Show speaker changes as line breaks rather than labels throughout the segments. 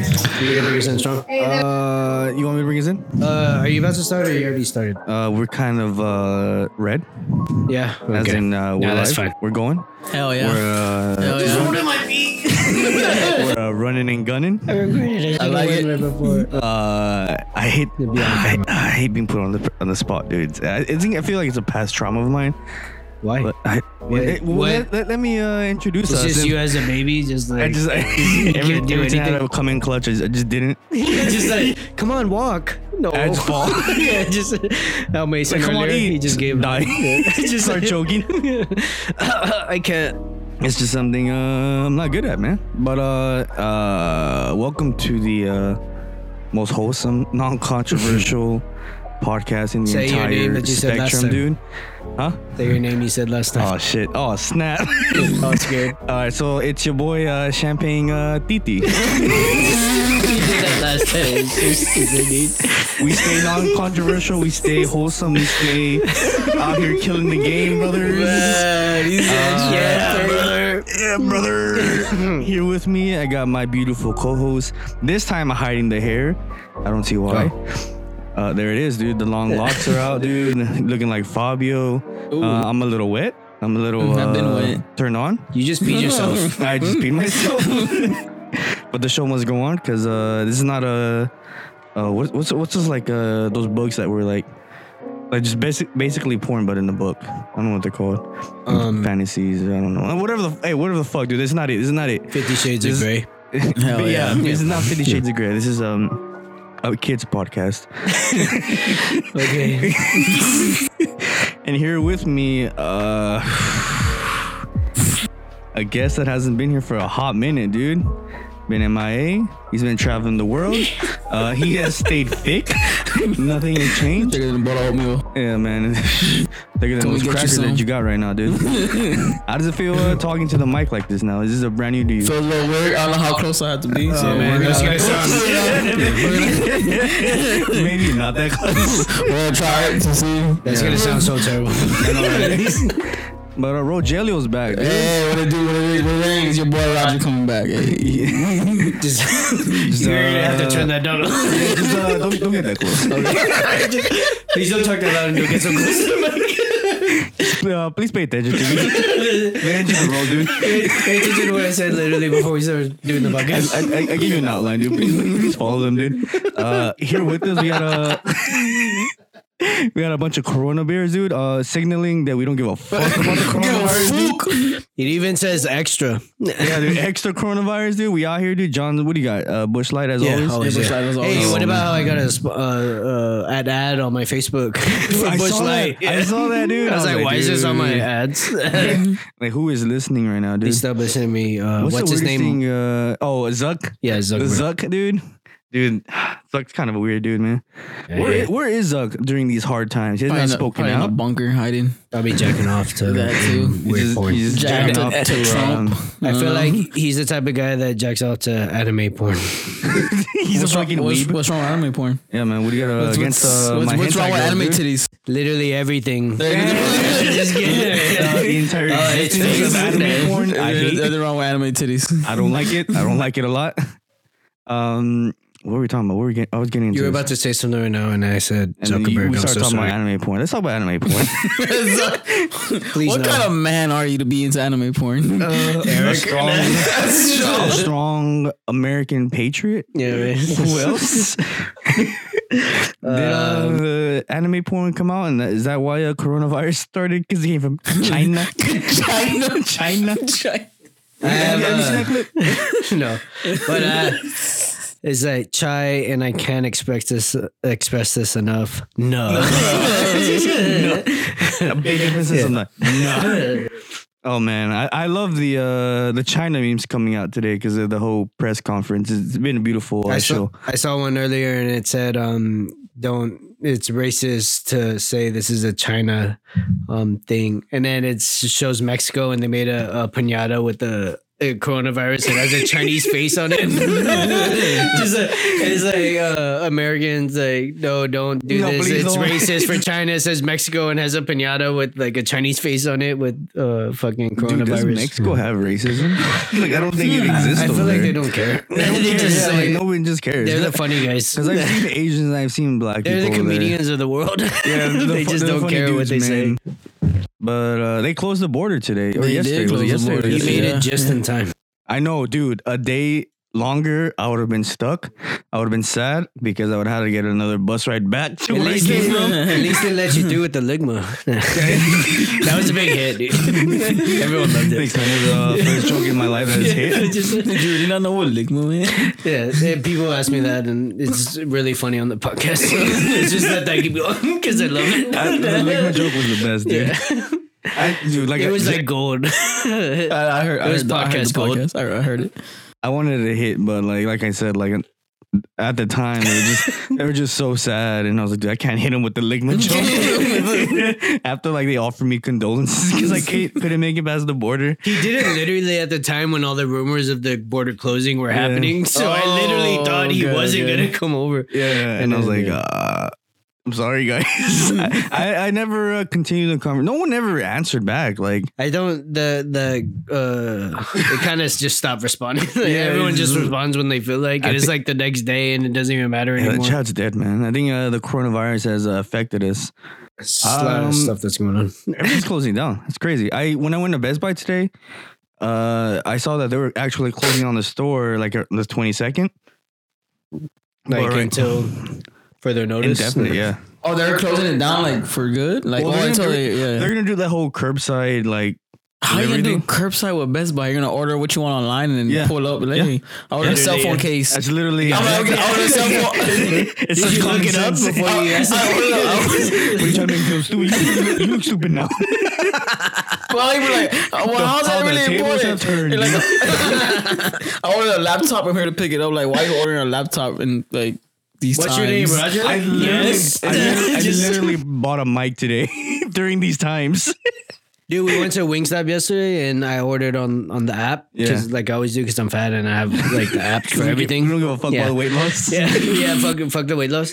You gonna bring us in strong?
Uh, you want me to bring us in?
Uh, are you about to start or you already started?
Uh, we're kind of uh red,
Yeah.
as
okay.
in uh, we're
that's
live.
fine.
We're going.
Hell yeah.
We're, uh,
Hell yeah.
we're uh, running and gunning.
I like it.
Uh, I hate I, I hate being put on the on the spot, dudes. I, I think I feel like it's a past trauma of mine.
Why?
But I, eh, well,
What?
Let, let, let me uh, introduce
It's
us.
just
and-
you as a baby, just like
I just I, every,
can't do
every time
anything.
I would come in clutch, I just, I just didn't.
just like come on, walk. No,
I just fall.
yeah, just how Mason
Like, come on,
earlier,
eat.
he just gave
Die.
just
Start choking.
I can't.
Uh, It's just something uh, I'm not good at, man. But uh, uh, welcome to the uh, most wholesome, non-controversial podcast in the
Say your
entire
name that you said last
spectrum, dude. Huh?
Say your name you said last time.
Oh shit! Oh snap!
Oh, it's good.
All right, so it's your boy uh, Champagne uh, Titi.
You did that last time. You're so stupid, dude.
We stay non-controversial. We stay wholesome. We stay out here killing the game, brothers.
Uh,
yeah, brother. Yeah, brother. Here with me, I got my beautiful co-host. This time, I'm hiding the hair. I don't see why.
Oh.
Uh, there it is, dude. The long locks are out, dude. Looking like Fabio. Uh, I'm a little wet. I'm a little.
I've been
uh,
wet.
Turned on.
You just beat yourself.
I just beat myself. but the show must go on because uh, this is not a uh, what, what's what's this like uh, those books that were like like just basic basically porn but in a book. I don't know what they're called. Fantasies. I don't know. Uh, Whatever the hey whatever the fuck, dude. This is not it. This is not it.
Fifty Shades of
This-
Grey.
Hell
But yeah,
yeah.
this is not Fifty Shades of Grey. This is um. A kids podcast,
Okay.
and here with me, uh, a guest that hasn't been here for a hot minute, dude. Been MIA. He's been traveling the world. Uh, he has stayed thick. Nothing has changed.
Bigger than butter oatmeal.
Yeah, man. Bigger than
Come
those
and get you
crackers
some.
that you got right now, dude. How does it feel uh, talking to the mic like this now? Is this a brand new to you?
Feel a little weird. I don't know how close I have to be. so
Uh, man,
we're
this
gonna-
guy sounds-
Maybe not that close.
We're gonna try it to see.
That's gonna sound so terrible.
But uh, Rogelio's back. Dude.
Hey, what it do? What it is? What it is? It's Your boy Roger coming back. Hey.
Just, you're gonna have to turn that down.
Yeah, just, uh, don't, don't get that close.
Please don't talk that loud and you'll get so close. to the mic.
Uh, please pay attention to me. Pay attention to Ro, dude.
Pay attention to what I said literally before we started doing the podcast.
I, I, I give you an outline, dude. Please, please follow them, dude. Uh, here with us, we got a we got a bunch of Corona beers, dude. Uh, signaling that we don't give a fuck about the coronavirus, dude.
It even says extra. Oh,
Yeah, dude. Extra coronavirus, dude. We out here, dude. John, what do you got? Uh, Bush Light as always.
always,
Bush
yeah.
Light was always
Hey, what
on.
about how I got a sp- uh, uh, ad ad on my Facebook for
I
Bush
saw
Light?
that. I saw that, dude.
I was like, why is this on my
dude.
ads?
Like, who is listening right now, dude?
He's still sending me. Uh, what's
the
his
weirdest
name?
Thing, uh, oh, Zuck.
Yeah,
The
Zuckerberg.
Zuck, dude. Dude, Zuck's kind of a weird dude, man. Where, where is Zuck during these hard times? He
Probably in
hasn't
the-
spoken
probably in the
out.
bunker hiding.
I'll be jacking off to
That too.
He's
weird
just-
porn.
he's just
Jacked
jacking
up
off
to
to,
Trump.
um,
I feel
Um,
like he's the type of guy that jacks off to anime porn.
He's
what's
a
wrong-
fucking
what's,
weeb.
what's wrong with anime porn?
Yeah, man. What do you got uh,
What's,
against
what's,
uh,
what's,
my
what's
hentai
wrong with
girl,
anime
dude?
titties?
Literally everything. Just kidding.
Uh, the entire
Uh, it's-
existence of anime porn. I
There's
hate
nothing wrong with anime titties.
I don't like it. I don't like it a lot. Um, what were we talking about? What were we getting? I was getting into.
You were
this.
about to say something right now, and I said
And then you-
Zuckerberg.
we
I'm
started
so
talking
sorry.
about anime porn. Let's talk about anime porn.
Please
what
no.
kind of man are you to be into anime porn?
a strong, a strong American patriot.
yeah, man.
Who else? Did uh, anime porn come out? And that, is that why uh, coronavirus started? Because he came from China.
China.
China.
China.
I have,
Have you seen
uh,
that clip?
no, but uh, it's like chai, and I can't expect this express this enough. No,
A big emphasis on that. No. Oh man, I, I love the uh, the China memes coming out today because of the whole press conference. It's been a beautiful uh,
I saw
show.
I saw one earlier, and it said, um, "Don't." It's racist to say this is a China um thing, and then it s- shows Mexico, and they made a, a pinata with the uh, coronavirus and has a Chinese face on it. Just like, it's like uh, Americans like, no, don't do
No,
this.
please
It's
don't."
racist for China. It says Mexico and has a pinata with like a Chinese face on it with uh fucking
Dude, does
coronavirus.
Mexico have racism? like, I don't think it exists.
I
over
feel like they
there.
don't care.
They don't
They
care,
just,
yeah,
like,
like, no one just cares.
they're the
Because
funny guys.
I've seen Asians and I've seen black
They're the
people. over there.
comedians of the world.
Yeah, the
they
fu-
just
they're
don't
funny
care what
dudes,
they
man.
say.
But uh, they closed the border today or
They did
yesterday. was it
close the
yesterday or
border.
You
yesterday?
made
Yeah.
it just in time.
I know, dude. A day longer, I would have been stuck. I would have been sad because I would have had to get another bus ride back to
At
where I
least,
came
they,
from.
at least they let you do with the ligma. that was a big hit, dude. Everyone loved
Thanks,
it.
man. It was the uh, first joke in my life that is hit.
Did you really not know what Ligma is?
Yeah, and people ask me that, and it's really funny on the podcast. So it's just that I keep going because I love it.
I, the Ligma joke was the best, dude. I, dude, like
It was
I,
like gold. yeah,
I, I heard. I
It was
heard, the- I heard
podcast
the
gold.
podcast. I, I heard it.
I wanted to hit, but like, like I said, like at the time, they were just they were just so sad, and I was like, dude, I can't hit him with the Ligma joke. After like they offered me condolences because I can't, couldn't make it past the border.
he did it literally at the time when all the rumors of the border closing were
Yeah.
happening. So I literally
Oh,
thought he
okay,
wasn't
okay.
gonna come over.
Yeah, and I was like,
Yeah.
uh, I'm sorry, guys. I, I, I never uh, continued the conversation. No one ever answered back. Like,
I don't the the uh it kind of just stopped responding. Like,
Yeah,
everyone
it's-
just responds when they feel like
I
and it's
thi-
like the next day and it doesn't even matter
yeah, the
anymore.
chat's dead, man. I think uh, the coronavirus has uh, affected us.
It's a lot
Um,
of stuff that's going on.
Everything's closing down. It's crazy. I when I went to Best Buy today, uh, I saw that they were actually closing on the store like on the twenty second.
Like
Alright.
until further notice.
Indefinitely, yeah.
Oh, they're closing it down like for good. Like
Well,
oh,
they're
until
gonna-
they, yeah.
They're gonna do that whole curbside like
How you gonna do
everything.
curbside with Best Buy? You're gonna order what you want online and then
Yeah.
pull up. Like,
Yeah.
hey, I ordered a cell
Yeah.
phone case.
That's literally.
I'm like, okay, I ordered a cell phone.
it's such common sense.
you ask?
What are you trying to make me feel stupid? You look stupid now.
Well, you were like, oh, well, how's
all
that
the
really
tables have
important?
turned.
You're like, I ordered a laptop. I'm here to pick it up. Like, why you ordering a laptop and like these
What's
times?
your name, Roger?
I literally,
Yes.
I literally, I
Just-
literally bought a mic today during these times.
Dude, we went to Wingstop yesterday and I ordered on on the app because
Yeah.
like I always do because I'm fat and I have like the apps for
We
everything.
don't give a fuck
Yeah.
about weight loss.
Yeah, yeah, fuck, fuck the weight loss.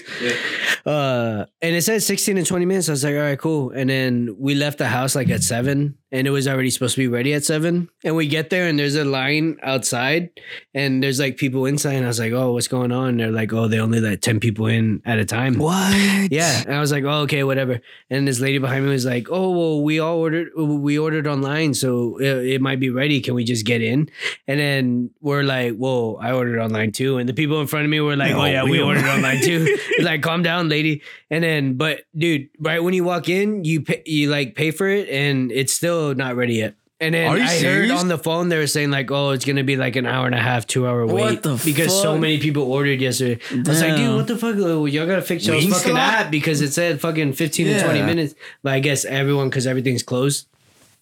Uh, and it said 16 and 20 minutes. I was like, all right, cool. And then we left the house like at seven and it was already supposed to be ready at seven. And we get there and there's a line outside and there's like people inside. And I was like, oh, what's going on? And they're like, oh, they only let 10 people in at a time.
What?
Yeah, and I was like, oh, okay, whatever. And this lady behind me was like, oh, well, we all ordered, we ordered online, so it, it might be ready. Can we just get in? And then we're like, whoa, I ordered online too. And the people in front of me were like,
No,
oh yeah,
we
we,
don't.
ordered online too. like, calm down, lady. And then, but dude, right when you walk in, you pay, you like pay for it, and it's still not ready yet. And then
Are you
I
serious?
heard on the phone they were saying like, oh, it's gonna be like an hour and a half, two hour wait
What the
because so
fuck?
many people ordered yesterday. I was like, dude,
Damn.
what the fuck? Well, Y'all gotta fix y'all's
Wingstop?
fucking app because it said fucking 15 to 20
Yeah.
minutes. But I guess everyone, because everything's closed,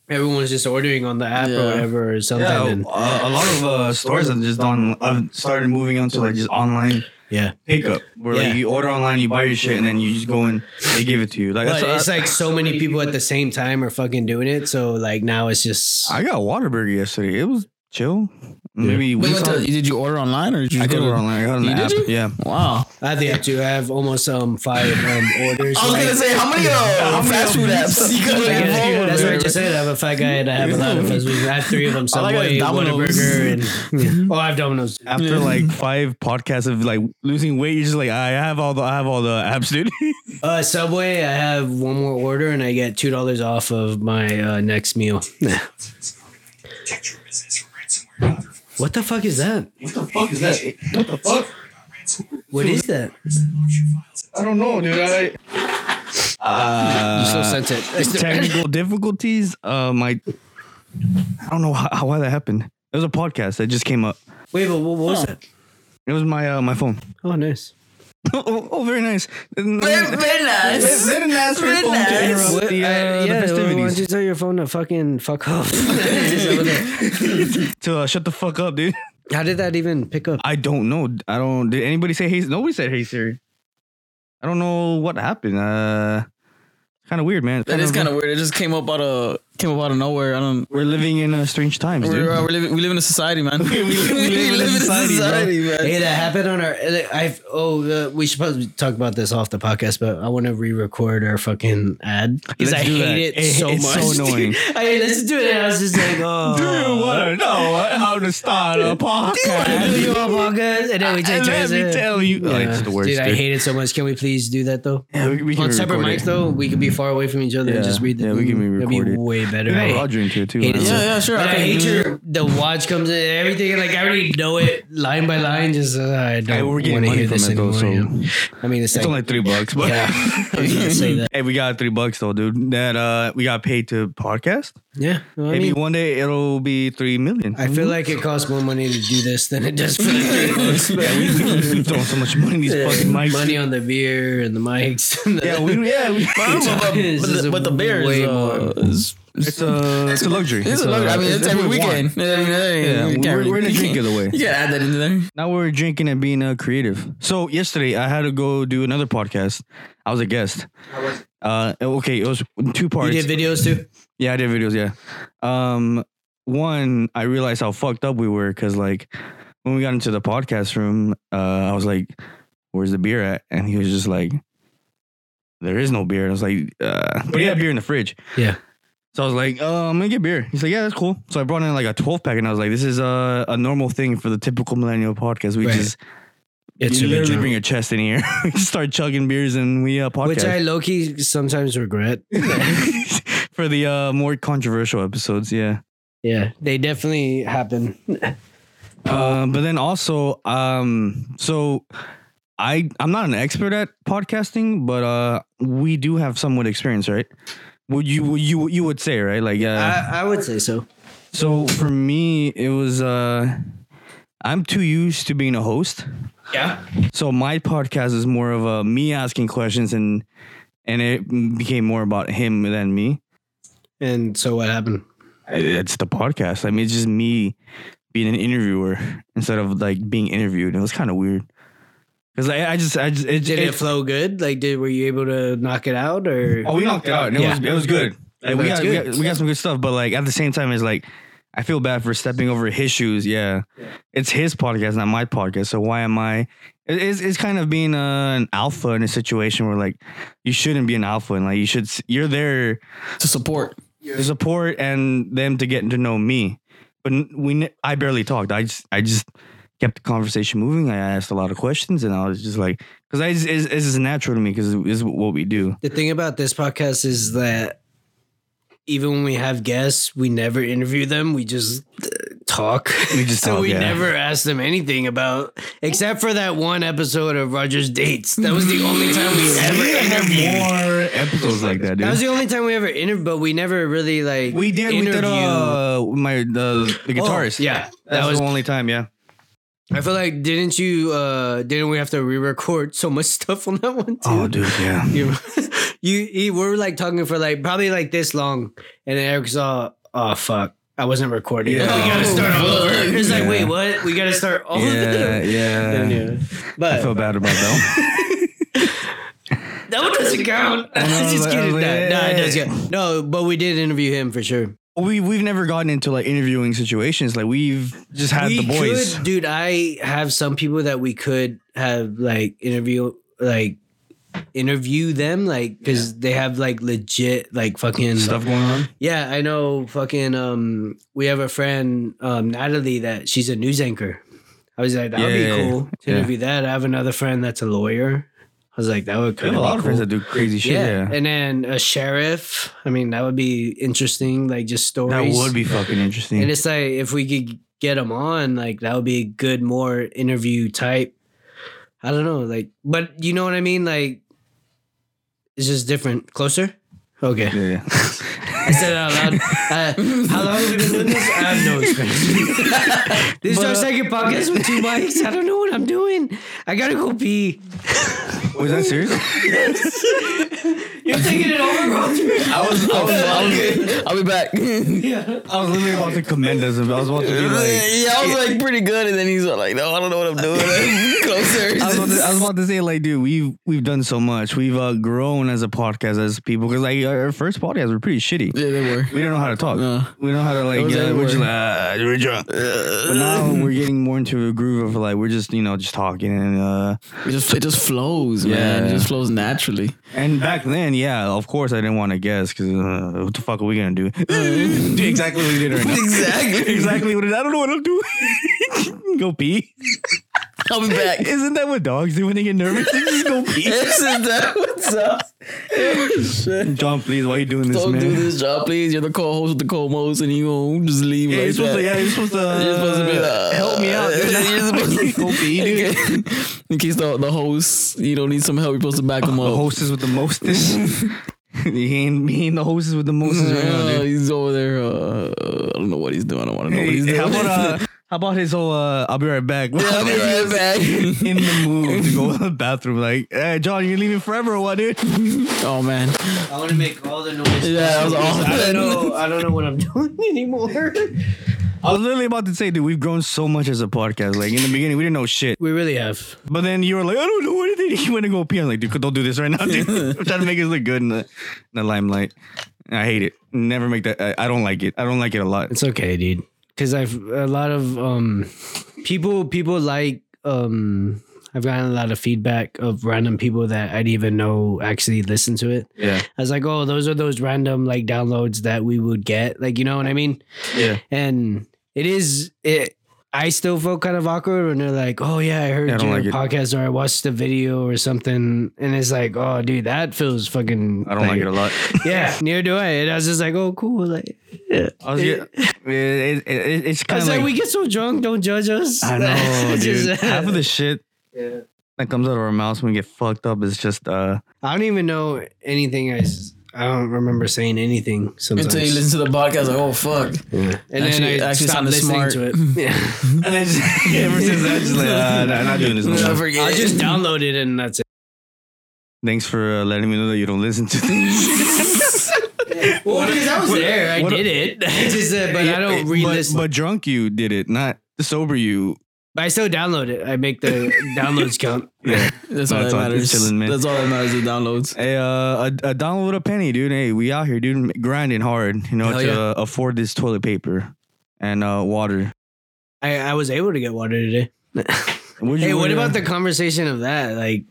everyone's just ordering on the app
Yeah.
or whatever or something.
Yeah,
and-
uh, a lot of uh, stores have just done. I've started moving on to like just online
yeah.
pickup, where
Yeah.
like you order online, you buy your shit, and then you just go and they give it to you. Like
But
that's
it's
I,
like so many people at the same time are fucking doing it. So like now it's just.
I got Whataburger yesterday. It was chill. Maybe we
Wait, what
saw.
the, did you order online or did you
I
go
did
to-
order online. I got an
You did
app.
you?
Yeah.
Wow.
I have the app too. I have almost um five um orders.
I was
Like,
gonna say how many uh, fast food apps you got
I
on your
guess-
phone?
that's what I just said. I have a fat guy and I have a lot of fast food. I have three of them.
I like
Subway,
Domino's.
Whataburger, and oh, I have Domino's.
After like five podcasts of like losing weight, you're just like, I have all the I have all the apps, dude.
Uh, Subway, I have one more order and I get two dollars off of my uh, next meal.
protect your business from ransomware and other forms
What the fuck is that?
what the fuck is that? What the fuck?
of ransomware.
What is that?
Launch your files.
I don't know, dude. I
Uh,
You still sent it.
technical difficulties. Uh, my I don't know how, why that happened. It was a podcast that just came up.
Wait, but what was
Oh.
that?
It was my uh, my phone.
Oh, nice.
Oh, oh, oh, very nice. Very,
Very nice.
nice.
Very nice.
What-
The, uh,
I-
the
yeah, why don't
festivities.
you tell your phone to fucking fuck off? Just over there.
To uh, shut the fuck up, dude.
How did that even pick up?
I don't know. I don't. Did anybody say hey? Nobody said hey Siri. I don't know what happened. Uh, kind of weird, man.
That is kind of weird. It just came up out of came up out of nowhere. I don't.
We're living in uh, strange times, dude.
We're, we're living, we live in a society, man. we, live in a society, man.
Hey, that happened on our. I oh, uh, we should probably talk about this off the podcast, but I want to re-record our fucking ad because I
Let's do
hate
that.
it,
It-
so
it's
much.
so annoying.
I mean, let's do it. And I was just like,
Uh,
oh,
to know how to start a
do
podcast?
you want podcast? And then we take
Let
turns.
me
uh,
tell you, oh,
yeah.
it's the worst.
dude,
Dude,
I hate it so much. Can we please do that though?
Yeah, we, we can
On separate
re-record
mics though, we could be far away from each other and
Yeah.
just read the.
Yeah, we can
That'd
re-record
be
it.
way better.
it.
I-
I'll drink it too.
hate it
man.
so-
Yeah, yeah, sure.
But I
I can
hate
do
your the watch comes in and everything. Like I already know it line by line. Just uh, I
Hey,
don't
we're
want
getting
to
money
hear
from
this
it, though,
anymore.
so-
yeah. I mean, it's,
It's
like
only three bucks, but
yeah, I was gonna say that.
hey, we got three bucks though, dude. That uh, we got paid to podcast.
Yeah, well, I
Maybe
mean,
one day it'll be three million.
I feel like it costs more money to do this than it does for the three bucks.
yeah, we, we, we throwing so much money in these fucking mics.
Money on the beer and the mics. And the,
Yeah, we yeah we.
I don't know about-
This
but,
is
the, but the
way
beer is, uh,
more-
is-
It's a it's a luxury.
it's a luxury. I mean, it's, every
what we want.
weekend. Yeah, I mean,
Yeah,
you can't
we're,
really-
we're in a
you
drink
can't-
of the way.
You gotta add that into there.
Now we're drinking and being uh, creative. So yesterday I had to go do another podcast. I was a guest. Uh, okay, it was
you
two parts.
did videos too.
yeah, I did videos. Yeah. Um, one I realized how fucked up we were because like when we got into the podcast room, uh, I was like, "Where's the beer at?" And he was just like, "There is no beer." And I was like, uh, "But he had beer in the fridge."
Yeah.
So I was like, uh, I'm gonna get beer. He's like, yeah, that's cool. So I brought in like a 12 pack, and I was like, this is a, a normal thing for the typical millennial podcast. We
Right.
just
It's
you
a
literally bring
literally
your chest in here, start chugging beers, and we uh, podcast.
which I low key sometimes regret.
for the uh, more controversial episodes, yeah.
yeah, they definitely happen.
Um, but then also, um, so I I'm not an expert at podcasting, but uh, we do have somewhat experience, right? Would you would you you would say right? Like, uh,
I, I would say so.
so for me, it was uh, I'm too used to being a host.
Yeah,
So my podcast is more of a me asking questions and and it became more about him than me.
and so what happened?
it's the podcast. I mean, it's just me being an interviewer instead of like being interviewed. It was kind of weird because I, I just, I just, it,
Did it
it-
flow good? Like, did were you able to knock it out or?
oh, we knocked it out. And it
Yeah.
was, it was good. Like, we,
That's
got, we
good.
got, we got some good stuff, but like at the same time, it's like I feel bad for stepping over his shoes. Yeah, it's his podcast, not my podcast. So why am I? it- It's, it's kind of being uh, an alpha in a situation where like you shouldn't be an alpha and like you should s- you're there
To support.
the support and them to get to know me. But n- we, ne- I barely talked. I just, I just kept the conversation moving. I asked a lot of questions, and I was just like, because I, just- it's, it's just natural to me because is what we do.
The thing about this podcast is that even when we have guests, we never interview them. We just uh, talk.
We just
so
talk,
we
yeah.
never ask them anything about, except for that one episode of Roger's dates. That was the only time we ever interviewed.
more episodes like that,
That was
dude.
the only time we ever interviewed, but we never really like
We did. We did. Uh, my the, the guitarist.
Oh, yeah,
that
that
was
was-
the only time. Yeah.
I feel like didn't you? uh Didn't we have to re-record so much stuff on that one too?
Oh, Yeah.
you, you, you were like talking for like probably like this long, and then Eric's all, oh fuck, I wasn't recording.
Yeah.
We gotta start all over. It's like,
Yeah.
wait, what? We gotta start all
Yeah.
over.
Yeah.
Yeah.
I
But
feel bad about that.
that one doesn't count. I'm
know,
just
but oh, I
kidding.
was
No,
like,
no, it does
"Hey."
count. No, but we did interview him for sure.
we we've never gotten into like interviewing situations. Like we've just had
we
the boys.
could, dude. I have some people that we could have like interview, like interview them, like because they have like legit, like fucking
Stuff going on.
Yeah, I know. Fucking, um, we have a friend, um, Natalie, that she's a news anchor. I was like, that would be
Yeah, yeah,
cool to
yeah.
interview that. I have another friend that's a lawyer. I was like, that would
We
kind
have a
of
lot
be
of
cool.
friends that do crazy shit.
yeah.
Yeah.
and then a sheriff. I mean, that would be interesting. Like just
That
stories.
would be fucking interesting.
And it's like if we could get them on, like that would be a good more interview type. I don't know, like, but you know what I mean. Like, it's just different. Closer. Okay.
yeah.
I said it out loud. Uh, how long have we been doing this? I have no experience. this is our second podcast with two mics. I don't know what I'm doing. I gotta go pee.
Was that serious?
You're taking it over, bro.
I was, I was, I was, I'll be back. yeah,
I was literally about to commend us. I was about to be like,
I was like pretty good, and then he's like, no, I don't know what I'm doing. Closer.
I was about to I was about to say, like, dude, we've we've done so much. We've uh, grown as a podcast, as people, because like our first podcasts were pretty shitty.
Yeah, they were.
We didn't know how to talk.
No.
We don't know how to like.
It was
Yeah, we're just
everywhere.
like, "Ah, we're drunk. But now we're getting more into a groove of like we're just you know just talking and uh
It just it just flows, man. It
Yeah.
just flows naturally.
and back then yeah of course I didn't want to guess because uh, what the fuck are we gonna do? do exactly what we did right now.
Exactly.
exactly what it, I don't know what I'll do. go pee.
I'll be back.
Isn't that what dogs do when they get nervous? They just go pee.
Isn't that what's up? Shit.
John, please, why are you doing this,
Don't
man?
do this job, please. You're the co-host with the co-host, and you gonna just leave
Yeah,
like
you're supposed
that.
to, yeah, you're supposed to, uh,
You're supposed to be like,
help me out. dude.
You're supposed to-
Go pee, dude.
In case- In case the, the host, you don't need some help, you're supposed to back him
Uh, The
up.
hostess with the mostest. he, ain't, he ain't the hostess with the mostest right now,
Uh,
dude.
he's over there. Uh, I don't know what he's doing. I don't want to know what he's
Hey,
doing.
how about uh, how about his whole uh, I'll be right back.
I'll be right back.
In the mood to go to the bathroom, like, hey, John, you're leaving forever or what, dude?
oh man.
I want to make all the noise.
Yeah, that was awesome.
I don't know. I don't know what I'm doing anymore.
I was literally about to say, dude, we've grown so much as a podcast. Like in the beginning, we didn't know shit,
We really have.
but then you were like, I don't know anything. You went to go pee. I'm like, dude, don't do this right now, dude. I'm trying to make us look good in the, in the limelight. I hate it. Never make that. I, I don't like it. I don't like it a lot.
It's okay, dude. Because I've a lot of um people people like um I've gotten a lot of feedback of random people that I didn't even know actually listen to it.
Yeah.
I was like, oh, those are those random like downloads that we would get, like you know what I mean?
Yeah.
And it is it. I still felt kind of awkward when they're like, "Oh yeah, I heard
Yeah, I don't
your
like it.
podcast or I watched the video or something," and it's like, "Oh, dude, that feels fucking."
I don't like it a lot.
Yeah, neither do I. And I was just like, "Oh, cool." Like, yeah.
I was get, it, it, it, it's
I
kind
was
of
like,
like,
we get so drunk, don't judge us.
I know,
It's
dude.
just-
Half of the shit that comes out of our mouths when we get fucked up is just uh.
I don't even know anything. I s- I don't remember saying anything sometimes.
Until you listen to the podcast, like, oh fuck.
and
Actually-
then I
actually
stopped
sounded
listening
smart.
to it. Yeah.
And then just, ever since that, just like, uh, nah, not doing this. No
I
more.
forget.
I just downloaded it and that's it.
Thanks for uh, letting me know that you don't listen to things.
Well, because I was there, I
what-
did it. It's just that, but I don't re-listen.
But,
But,
but drunk you did it, not sober you.
I still download it. I make the downloads count.
Yeah.
That's all
That's
that
all-
matters.
it's chilling, man.
That's all that matters is downloads.
Hey, uh, a, a dollar with a penny, dude. Hey, we out here, dude, grinding hard, you know,
Hell
to
yeah.
uh, afford this toilet paper and uh, water.
I, I was able to get water today.
What'd you
Hey,
go
what
to-
about the conversation of that? Like,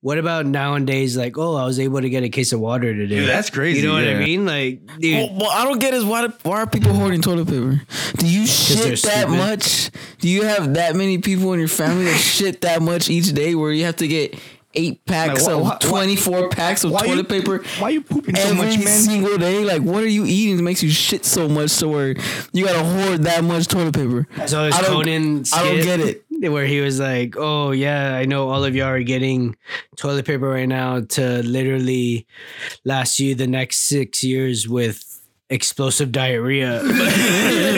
what about nowadays? Like, oh, I was able to get a case of water today.
Dude, that's crazy,
You know what
yeah.
I mean? Like,
Well,
dude,
well, I don't get is why why are people hoarding toilet paper? Do
they're
you shit that
stupid.
much? Do you have that many people in your family that shit that much each day where you have to get eight packs
Like, wha-
of
wha- wha-
twenty four packs of
why
toilet
you-
paper?
Why you pooping so
Every
much, man?
single day, like what are you eating that makes you shit so much so where you gotta hoard that much toilet paper?
so it's
I don't-
Conan.
I don't
skit
get it.
Where he was like, "Oh yeah, I know all of y'all are getting toilet paper right now to literally last you the next six years with explosive diarrhea."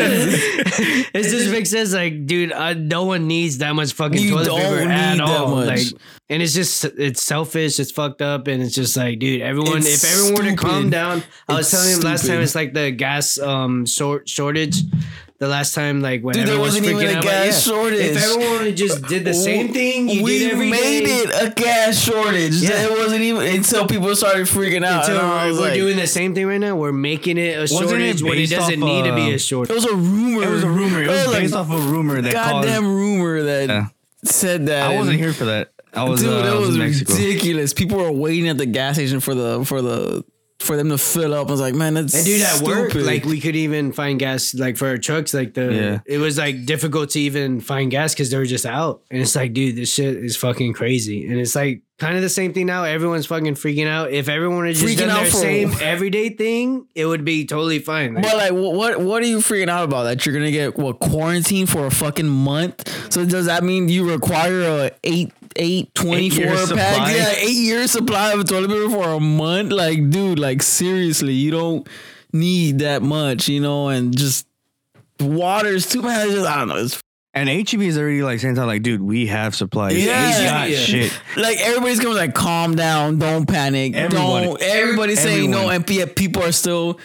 it just makes sense, like, dude, I, no one needs that much fucking
You
toilet
don't
paper
need
at
that
all.
much.
Like, and it's just it's selfish, it's fucked up, and it's just like, dude, everyone.
It's
if everyone were to calm
stupid.
down, I was
It's
telling him last time,
stupid.
it's like the gas um sor- shortage. The last time, like when
Dude, there
everyone
wasn't
was
even
freaking
a
out about-
gas
yeah.
shortage.
If everyone just did the same thing, you
Oh, we
did every
made
day,
it a gas shortage.
Yeah.
It wasn't even until people started freaking out.
Until
and I
we're
was like-
doing the same thing right now, we're making it a
it
shortage when it
based
doesn't
off,
need to be
uh,
a
It
shortage.
was a rumor.
It was a rumor. It
It
was
was
based
like,
off a rumor that
goddamn
caused.
rumor that
Yeah.
said that.
I
and-
wasn't here for that. I was,
Dude,
uh, I
that
was
was
in Mexico.
ridiculous. People were waiting at the gas station for the for the for them to fill up. I was like, man, that's
And dude, at work,
stupid.
like we could even find gas, like for our trucks, like the
Yeah.
it was like difficult to even find gas because they were just out. And it's like, dude, this shit is fucking crazy. And it's like kind of the same thing now. Everyone's fucking freaking out. If everyone had just
Freaking
done
out
their
for-
same everyday thing, it would be totally fine. Like,
But like, wh- what what are you freaking out about? That you're gonna get what quarantine for a fucking month? So does that mean you require a eight eight twenty four
Eight-year
pack?
supply?
Yeah, eight year supply of toilet paper for a month? Like, dude, like seriously, you don't need that much, you know? And just water's too much. I, just, I don't know. It's
And HEB is already like saying, to us, like, dude, we have supplies.
Yeah.
We got
Yeah.
shit.
like everybody's going like, calm down, don't panic,
Everyone.
don't. Everybody's saying no,
Everyone.
and yet people are still.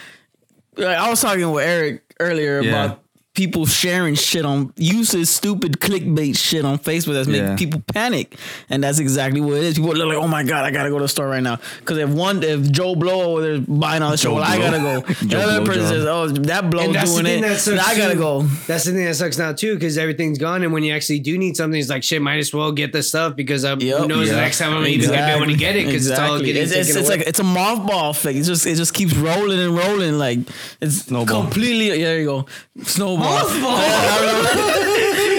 Like, I was talking with Eric earlier
Yeah.
about people sharing shit on useless, stupid clickbait shit on Facebook that's making
Yeah.
people panic, and that's exactly what it is. People are like, "Oh my god, I gotta go to the store right now," because if one, if Joe Blow over there buying all this shit,
Joe
well, I
Blow.
gotta go.
Joe
the other
Blow
person
John.
says, "Oh, that Blow
And that's the
doing
thing
it,"
that sucks,
I gotta
too.
go.
That's the thing that sucks now too, because everything's gone, and when you actually do need something, it's like shit. Might as well get this stuff because I, who
Yep.
knows the
Yeah.
next time I'm even gonna be able to get it because it's all
Exactly.
getting
it's, it's,
taken
it's
away.
like it's a mothball effect. It just it just keeps rolling and rolling like it's
Snowball.
completely. Yeah, there you go. Snowball. Mothball.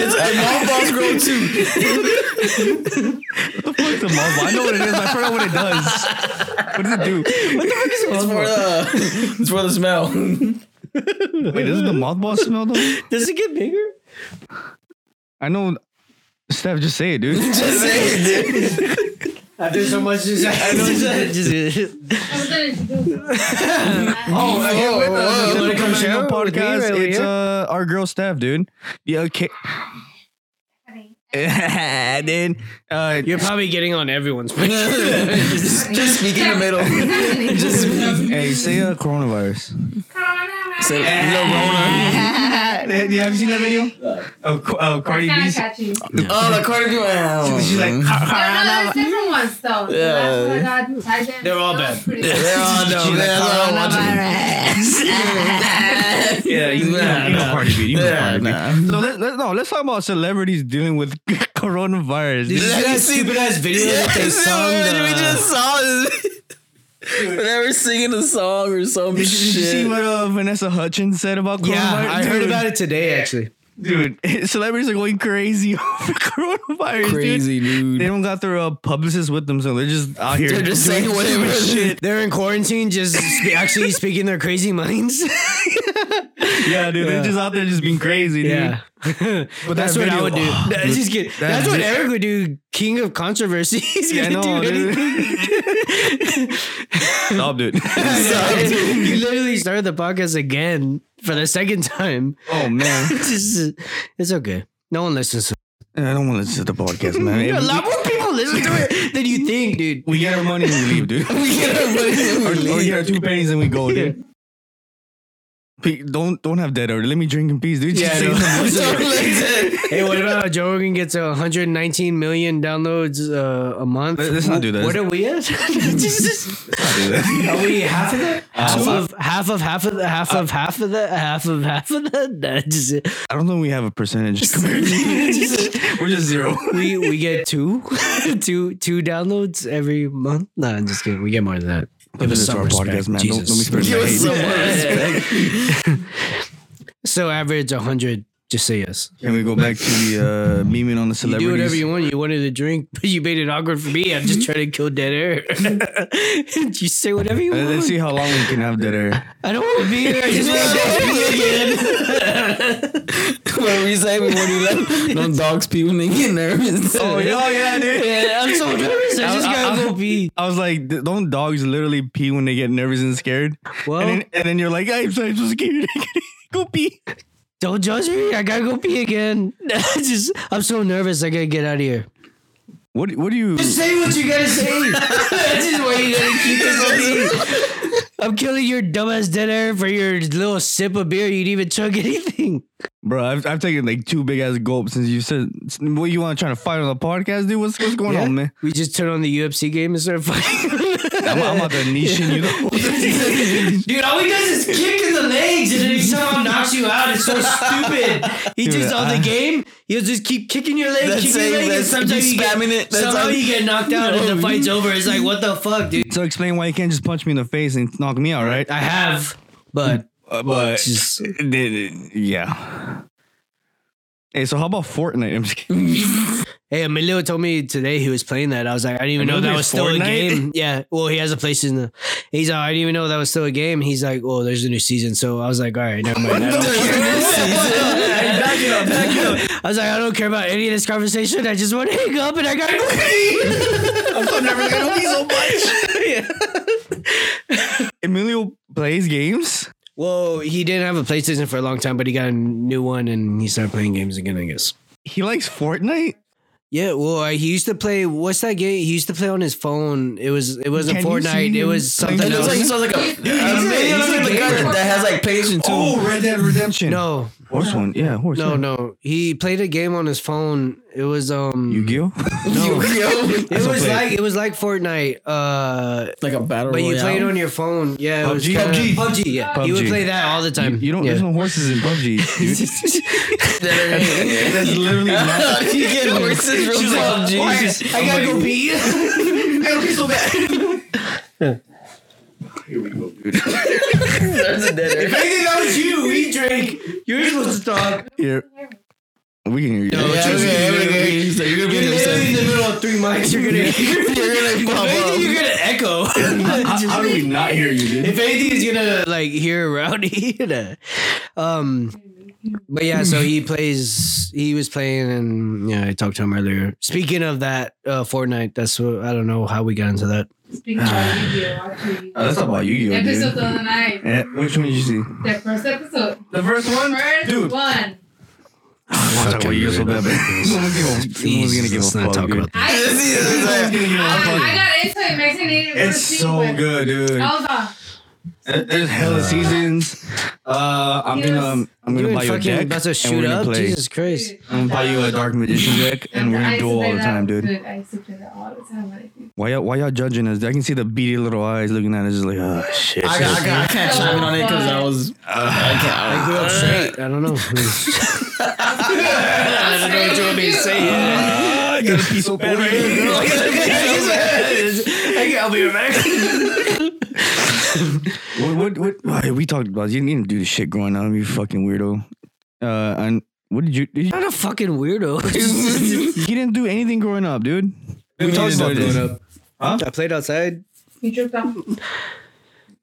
it's and mothballs grow too.
Fuck the mobile. I know what it is. I forgot what it does. What does it do?
It's for the it's for the smell.
Wait, does the mothball smell though?
Does it get bigger?
I know. Steph, just say it, dude.
After so much, just, I know just,
Oh,
whoa, whoa.
Welcome to
Show
the
with me
podcast.
right
it's
here.
uh, our girl Steph, dude. Yeah, okay. and then uh,
you're probably getting on everyone's. page.
just, just speak in the middle.
hey, say uh, coronavirus.
Say, no, Rona.
Have you seen that video? Of Ca- of Oh, Cardi
Kind of
B's.
catchy.
Oh, the Cardi B.
She's like,
No, no, there's different ones though. The last one I got,
They're all
that was
bad.
pretty good.
They're all dumb. They're all watching.
yeah, you, you know, you know
nah.
Cardi B. You know
Yeah,
Cardi B.
nah.
So let, let, no, let's talk about celebrities dealing with coronavirus.
Did you see
dude.
that stupid ass video that they sung?
we
uh,
just saw this. they were singing a song or some
Did you,
shit.
did you see what uh, Vanessa Hudgens said about coronavirus?
yeah, I heard
Dude.
about it today actually.
dude. Celebrities are going crazy over coronavirus.
Crazy,
dude.
dude.
They don't got their uh, publicists with them, so they're just out here.
They're just saying whatever shit.
They're in quarantine, just spe- actually speaking their crazy minds.
yeah, dude. They're just out there just being crazy, dude.
Yeah, but that's what
that
I
video-
would do.
Oh,
That's just kidding. That's what
vi-
Eric would do. King of controversy. He's
Yeah, I
gonna
know,
do
dude.
anything.
Stop, dude.
he literally started the podcast again for the second time.
oh man,
It's, just- it's okay. No one listens. to
I don't want to listen to the podcast, man.
it. A
If
lot more people listen to it than you think, dude.
we, we get our money and we leave, dude.
We get our money and we
or, or we
leave.
get our two pennies and we go, dude. Pe- Don't don't have that order. Let me drink in peace, dude.
Yeah,
Just
I
say
know.
something.
Hey, what about how Joe Rogan gets 119 million downloads uh, a month?
Let- let's not do that.
What are we at? Jesus. Are we half of that?
Uh,
Half of half of half of the half of half of the half of half of the. Nah, just-
I don't know. We have a percentage. We're just zero.
we we get two, two, two downloads every month. No, I'm just kidding. We get more than that.
Give us our podcast, man. Don't, don't be spreading
Give
that
us
hate.
some respect.
So average 100. Just say yes.
Can we go back to the uh, memeing on
You
the celebrities?
do whatever you want. You wanted to drink, but you made it awkward for me. I'm just trying to kill dead air. you say whatever you
Uh,
want.
let's see how long we can have that air.
I don't want to be here. I just want to
What were you saying before you left? No dogs, people, nigga, nervous.
Oh yeah, oh, yeah, dude.
Yeah, I'm so nervous. I just
I-
gotta
I-
go pee.
I was like, "D- don't dogs literally pee when they get nervous and scared?
Well-
and, then, and then you're like, I'm so, I'm so scared. go pee.
Don't judge me. I gotta go pee again. I just, I'm so nervous. I gotta get out of here.
What? What do you?
Say what you gotta say. That's just why you gotta keep this on me. I'm killing your dumbass dead air for your little sip of beer. You'd even chug anything.
Bro, I've, I've taken like two big ass gulps since you said. What you want to try to fight on the podcast, dude? What's what's going
Yeah.
on, man?
We just turn on the UFC game and start fighting.
I'm, I'm about to niche in you.
Dude, all he does is kick in the legs and then he somehow knocks you out. It's so stupid. He
Dude,
just on
I-
the game, he'll just keep kicking your leg,
That's
kicking your
it,
leg, and
that's-
sometimes
he's
you get,
spamming it. That's
somehow
how-
you get knocked out and the fight's over. It's like, what the fuck, dude?
so explain why you can't just punch me in the face and knock me out, right?
I have, but
Uh, but
just
yeah. Hey, so how about Fortnite? I'm just kidding.
hey, Emilio told me today he was playing that. I was like, I didn't even know that
Emilio plays
was still a
Fortnite?
game. Yeah, well, he has a PlayStation. now. He's like, I didn't even know that was still a game. He's like, well, there's a new season, so I was like, all right, never mind. I don't I was like, I don't care about any of this conversation. I just want to hang up and I gotta go pee.
Emilio plays games.
Well, he didn't have a PlayStation for a long time, but he got a new one and he started playing games again, I guess.
He likes Fortnite.
Yeah, well, I, he used to play. What's that game? He used to play on his phone. It was it wasn't
Can you see
Fortnite. It
him
was
playing
something
It
that?
looks like
else.
he sounds like a.
Dude, he's a-
Maybe
he's
looks
a
like the guy
gamer.
that has like patience too.
Red Oh, Dead Redemption.
No,
Horse one, yeah, horse.
No,
yeah.
no. He played a game on his phone. It was um
Yu-Gi-Oh.
No. it
That's
was
okay.
like it was like Fortnite. Uh
Like a battle
but you
royale.
played on your phone. Yeah, it was
PUBG?
kinda-
PUBG.
PUBG, yeah. You would
PUBG.
play that all the
You,
time.
you don't.
Yeah.
There's no horses in PUBG. Dude. That's literally not.
you get horses from PUBG.
I gotta go pee.
If I could go with you, we drink.
You're supposed to talk.
Here. We can hear you.
No,
Yeah,
just-
okay, okay. So you're gonna be
You're literally in the
upset.
middle of three mics. You're gonna
You're gonna pop
If
up.
anything, you're gonna echo.
how, how do we not hear you, dude?
if anything, is gonna like hear rowdy. you know. um, but yeah, so he plays. He was playing, and yeah, I talked to him earlier. Speaking of that, uh, Fortnite. That's what I don't know how we got into that.
Speaking about Yu-Gi-Oh, actually.
Oh, that's about Yu-Gi-Oh,
Episode the
dude.
other night.
Yeah, which one did you see?
That first episode.
The first one,
First
dude.
one.
Talk about Yu-Gi-Oh Oh, so bad, but no one's gonna- no one's gonna give a
Let's not
fuck,
talk
dude.
about that.
I,
No one's gonna give a fuck.
I, I got Oh. into it Mexican
It's so good, dude.
I was like,
There- There's hella seasons. Uh, I'm
Yes.
gonna I'm gonna buy you a deck.
about to
and
shoot
we're gonna
up.
play.
Jesus Christ!
I'm gonna buy you a dark magician deck, and we're
I
gonna
used to
duel
play
all the
that.
time, dude.
I used to play that all the time. Like,
Why y'all Why y'all judging us? I can see the beady little eyes looking at us, just like, oh shit.
I, got- I, got- I can't chime in on it because I was. I, can't, I grew up straight.
I don't know.
I don't know what you want me to say.
I got a piece of
I'll be back.
What? What? what why, we talked about. This. You didn't do this shit growing up. You fucking weirdo. Uh, and what did you? Did you
I'm not a fucking weirdo.
he didn't do anything growing up, dude. We talked about this.
I played outside.
You tripped off.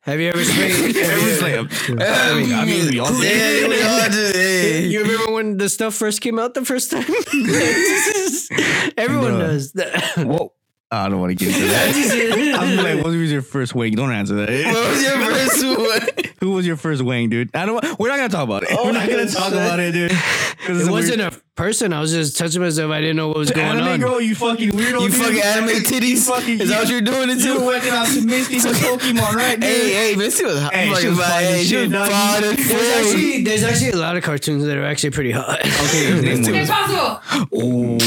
Have you ever played?
I mean, I mean, we all did. We all did.
You remember when the stuff first came out the first time? Everyone
Bruh.
does.
Whoa. I don't want to get into that. I'm like, what was your first wing? Don't answer that.
What was your first one?
Who was your first wing, dude? I don't. wa- We're not gonna talk about it. we're not gonna talk
shit.
about it, dude. 'Cause it's
It
a
wasn't
weird-
a person. I was just touching myself. I didn't know what was going
anime
on.
girl. You fucking weirdo.
You
dude.
fucking anime titties?
fucking-
Is that what you're doing it
You
to?
fucking optimistic for Pokemon, right? Dude?
Hey, hey, Missy was hot.
Hey, she was fine as shit, dog.
There's actually, there's actually a lot of cartoons that are actually pretty hot.
Okay.
Impossible.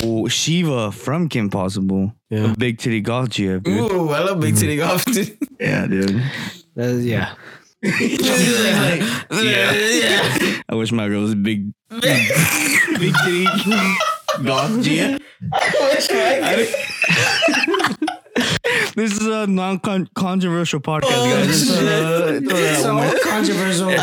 Oh, Shiva from Kim Possible.
Yeah.
A big titty golf GF, dude.
Ooh, I love big titty golf. dude.
Yeah, dude.
Uh, yeah.
yeah.
I wish my girl was big. big titty golf GF. This is a non-controversial podcast,
Oh,
guys. Just, uh, throw that out there.
controversial.
I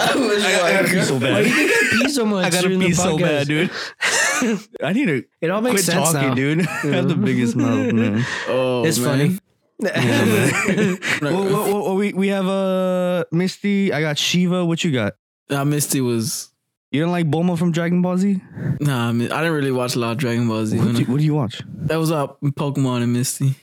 gotta pee so bad.
pee so much
I gotta
during the
pee so
podcast.
bad, dude. I need to
It all makes
quit
sense
talking,
now.
dude. I have the biggest mouth, man.
Oh,
It's
man.
Well, well, well, well, we we have uh Misty. I got Shiva. What you got?
Nah, Misty was.
You don't like Bulma from Dragon Ball Z?
Nah, I, mean, I didn't really watch a lot of Dragon Ball Z.
What
when
do
I-
you, what do you watch?
That was up Pokemon and Misty.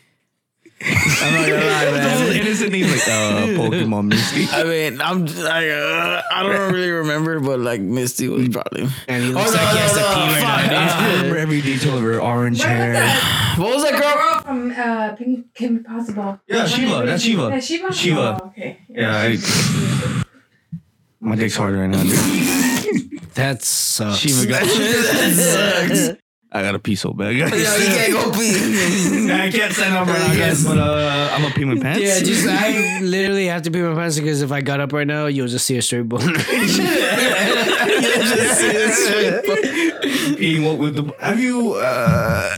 I'm not gonna lie, man.
innocent names like uh, Pokemon Misty.
I mean, I'm just, like, uh, I don't really remember, but like Misty was probably.
And he
Oh,
looks like he has to pee right
fuck,
now.
I remember every detail of her orange
Where was
hair.
that?
uh, what was
The
that girl?
girl from uh, Pink Kim Impossible.
Yeah, Shiva. That's Shiva.
Yeah, Shiva.
Shiva.
Oh, okay.
Yeah, I- my dick's hard right now. Dude.
That sucks.
Shiva got.
that sucked.
I got a pee so bad. guys.
Yo, you can't go pee.
I can't stand up right now, guys. But uh, I'm gonna pee my pants.
Yeah, just I literally have to pee my pants because if I got up right now, you'll just see a straight bone.
Eating what with the have you uh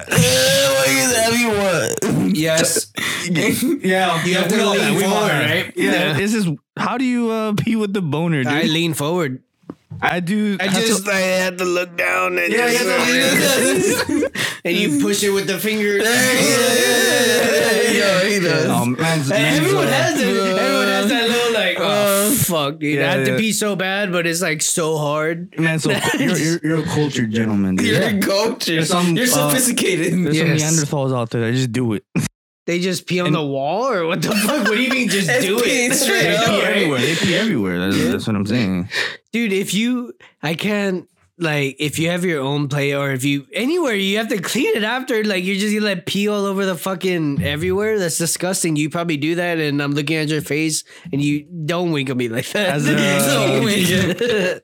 yes.
yeah you
have to lean forward, right?
yeah, this is how do you uh pee with the boner dude
I
I,
lean forward.
do I
just-
I had to look down and
yeah,
just-
yeah,
And you push it with the finger.
Yo, he does.
oh man's, man's
Everyone
uh,
has it. Everyone has that little like, oh fuck, dude. I
yeah,
have to
yeah.
pee so bad, but it's like so hard.
man so you're, you're, you're a cultured gentleman dude.
You're cultured. You're,
There's some, uh,
sophisticated.
there's
Yes.
some Neanderthals out there that just do it
They just pee on the wall or what the fuck? What do you mean just do
peeing
it?
straight
They
up,
pee
right?
everywhere.
they pee everywhere that's, that's what I'm saying
Dude, if you I can't like if you have your own plate or if you anywhere you have to clean it after like you're just gonna let pee all over the fucking everywhere that's disgusting you probably do that and i'm looking at your face and you don't wink at me like that
As a-
Don't wink.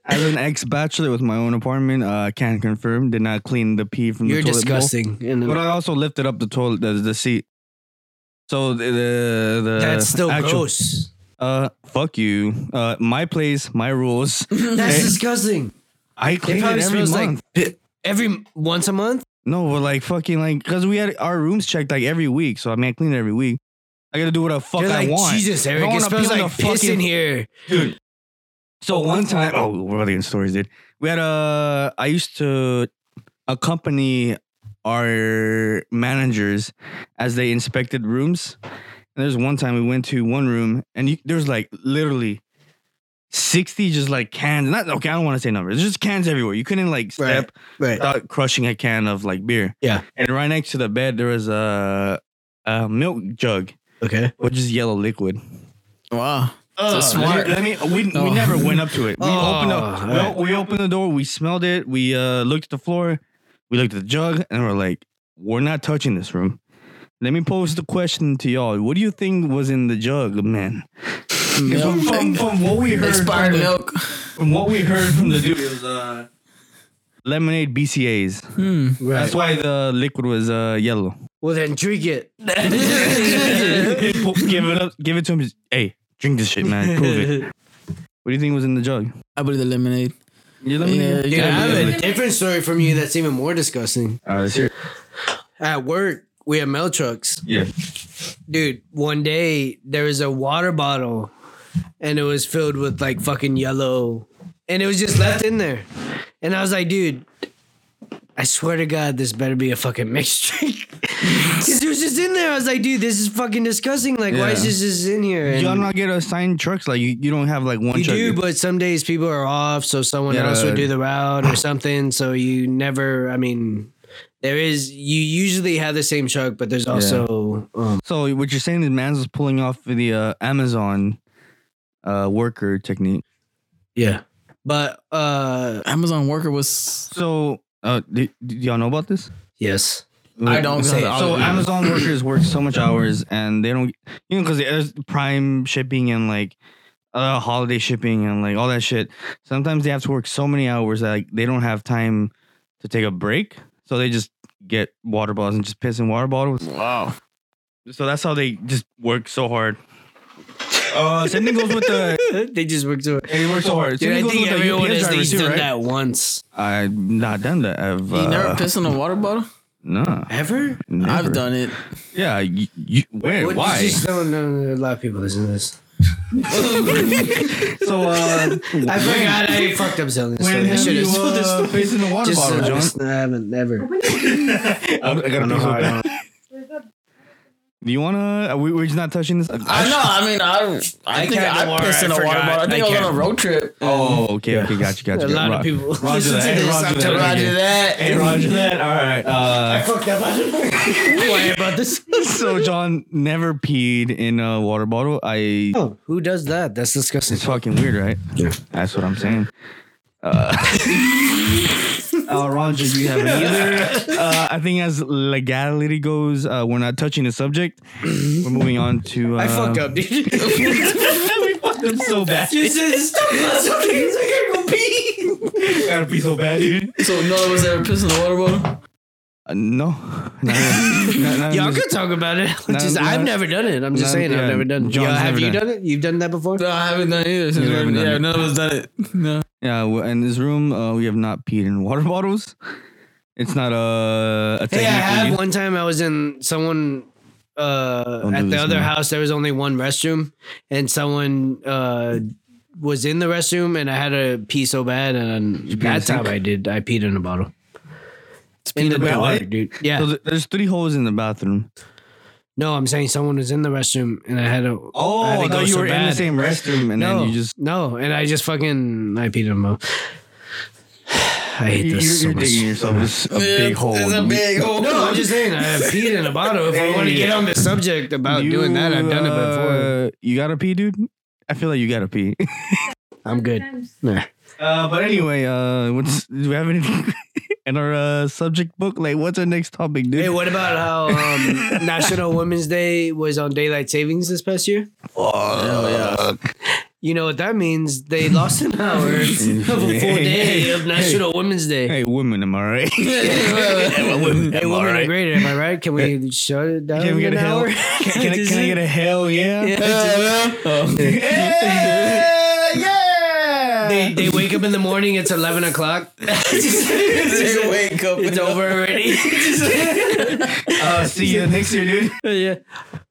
As an ex bachelor with my own apartment, uh, can confirm, did not clean the pee from
you're
the toilet bowl.
disgusting and
But I also lifted up the toilet, the, the seat. So the, the, the
that's still
uh, actual-
gross
Uh, fuck you. Uh, my place, my rules.
that's
Hey,
disgusting
I
it
clean it
probably
every month.
smells like every once a month
no, but like fucking like, cause we had our rooms checked like every week, so I mean I clean it every week. I gotta do what the fuck
you're
I
like
want.
jesus
I
eric
don't
it
wanna
smells
pee on
like
the
piss in
fucking-
here
So one time, oh, we're really in stories, dude. We had a. I used to accompany our managers as they inspected rooms. And there's one time we went to one room, and you, there was like literally sixty just like cans. Not okay. I don't want to say numbers. There's just cans everywhere. You couldn't like step
Right.
without crushing a can of like beer.
Yeah.
And right next to the bed there was a, a milk jug,
Okay.
which is yellow liquid.
Wow.
Oh,
smart.
Let me. We, we
Oh.
never went up to it. We
Oh,
opened up. we-
alright.
We, opened the door. We smelled it. We uh, looked at the floor. We looked at the jug, and we're like, "We're not touching this room." Let me pose the question to y'all. What do you think was in the jug, man? From, from- from what we heard,
Expired
from, the-
milk.
from what we heard from the dude, it was uh, lemonade BCAs.
Hmm.
That's why the liquid was uh, yellow.
well then drink it
give it up. Give it to him. Just, Hey, drink this shit, man. Prove it. What do you think was in the jug?
I believe the lemonade.
Your
Yeah,
lemonade.
you
Dude, I
gotta
have
believe
a
it.
different story from you that's even more disgusting.
All right, let's hear it.
At work, we had mail trucks.
Yeah.
Dude, one day there was a water bottle and it was filled with like fucking yellow and it was just left in there. And I was like, dude, I swear to God, this better be a fucking mixed drink. Because it was just in there. I was like, dude, this is fucking disgusting. Like, why is
Yeah.
this just in here?
Y'all
And
not get assigned trucks? Like you, you don't have like one
you
truck.
do, but some days people are off, so someone
Yeah.
else would do the route or something. So you never, I mean, there is, you usually have the same truck, but there's also, um,
so what you're saying is Mans was pulling off the uh, Amazon uh, worker technique.
yeah. But, uh,
Amazon worker was.
So uh, do, do y'all know about this?
yes.
I don't.
So, so
I-
Amazon workers work so much hours and they don't, you know, because there's prime shipping and like uh, holiday shipping and like all that shit. Sometimes they have to work so many hours that like, they don't have time to take a break. So they just get water bottles and just piss in water bottles.
Wow.
So that's how they just work so hard. Uh, same thing goes with the.
they just worked so
They work so hard.
Dude,
Same
I
thing goes
think
with the
everyone
UPS
has
drivers
least
too,
done
right?
that once.
I've not done that. I've
You never
uh,
pissed in a water bottle?
No,
Ever?
never.
I've done it.
Yeah, you, you, where?
What-
why?
Just, no, no, no, a lot of people listen to this. Um,
So uh,
I forgot I fucked up selling this story. I should have told this story.
pissed in a water
Just, uh, just- I haven't, never.
I, gotta pee so bad. Do you wanna? Are we, we're just not touching this.
I know. I mean, I I, think
can't, don't
I
worry,
pissed in
I
a water
forgot.
bottle. I think
I
I, was on
can't.
a road trip.
Oh, okay, okay, gotcha, gotcha.
A lot
Roger-
of people
Roger
listen
that.
to
Hey,
this.
Roger
I'm
that.
telling you.
Roger that.
Hey, Roger that. All right. Uh,
Why about this?
so John never peed in a water bottle. I
Oh, who does that? That's disgusting.
It's fucking weird, right? That's what I'm saying. Uh, uh Roger, you haven't either. Uh, I think as legality goes, uh, we're not touching the subject. We're moving on to. Uh,
I fucked up, dude.
It's so bad.
you said stop laughing. I gotta go pee.
gotta be so bad, dude.
So no one was ever pissed in a water bottle.
Uh, no. Not, not, not,
Y'all could talk about it.
No,
Just,
no.
I've never done it. I'm just
No,
saying,
yeah.
I've never done it.
John's
Y'all, have
never
you
done
done it? You've done that befefore?
No, I haven't done it either. Since
You haven't
yeah,
done it.
none of us done it. No.
yeah, well, in this room, uh, we have not peed in water bottles. It's not uh, a
Hey, I
technique we
have
use.
one time I was in someone uh,
Don't do
at the
this,
other
man.
house. There was only one restroom, and someone uh, was in the restroom, and I had to pee so bad, and
pee in
that
the
time
sink?
I did. I peed in a bottle. In
peed
the
in a
bottle?
backyard, dude. Yeah.
So th- there's three holes in the bathroom.
No, I'm saying someone was in the restroom and I had to. I had to go
thought Oh, you
so
were in the
bad.
same restroom, and
No,
then you just
no, and I just fucking I peed him out. I hate
You're,
this
you're
so much.
digging yourself a s- a big hole.
It's a big hole.
No, I'm just saying I peed in a bottle. If I want to get on the subject about
You,
doing that, I've done it before.
uh, you gotta pee, dude. I feel like you gotta pee.
I'm good.
Sometimes.
Nah.
Uh, but anyway, uh, what's do we have anything in our uh, subject book? Like, what's our next topic, dude?
Hey, what about how um, National Women's Day was on daylight savings this past year? You know what that means? They lost an hour of a full day of National Women's Day.
Hey, women, am I right? women,
Hey, women are great. Am I right? Can we shut it down?
Can we get
an
a hell?
hour?
Can, can, I,
Just-
can I get a hell? Yeah.
They, they wake up in the morning. It's eleven o'clock.
Wake up.
It's over already.
Uh, see you next year, dude.
yeah.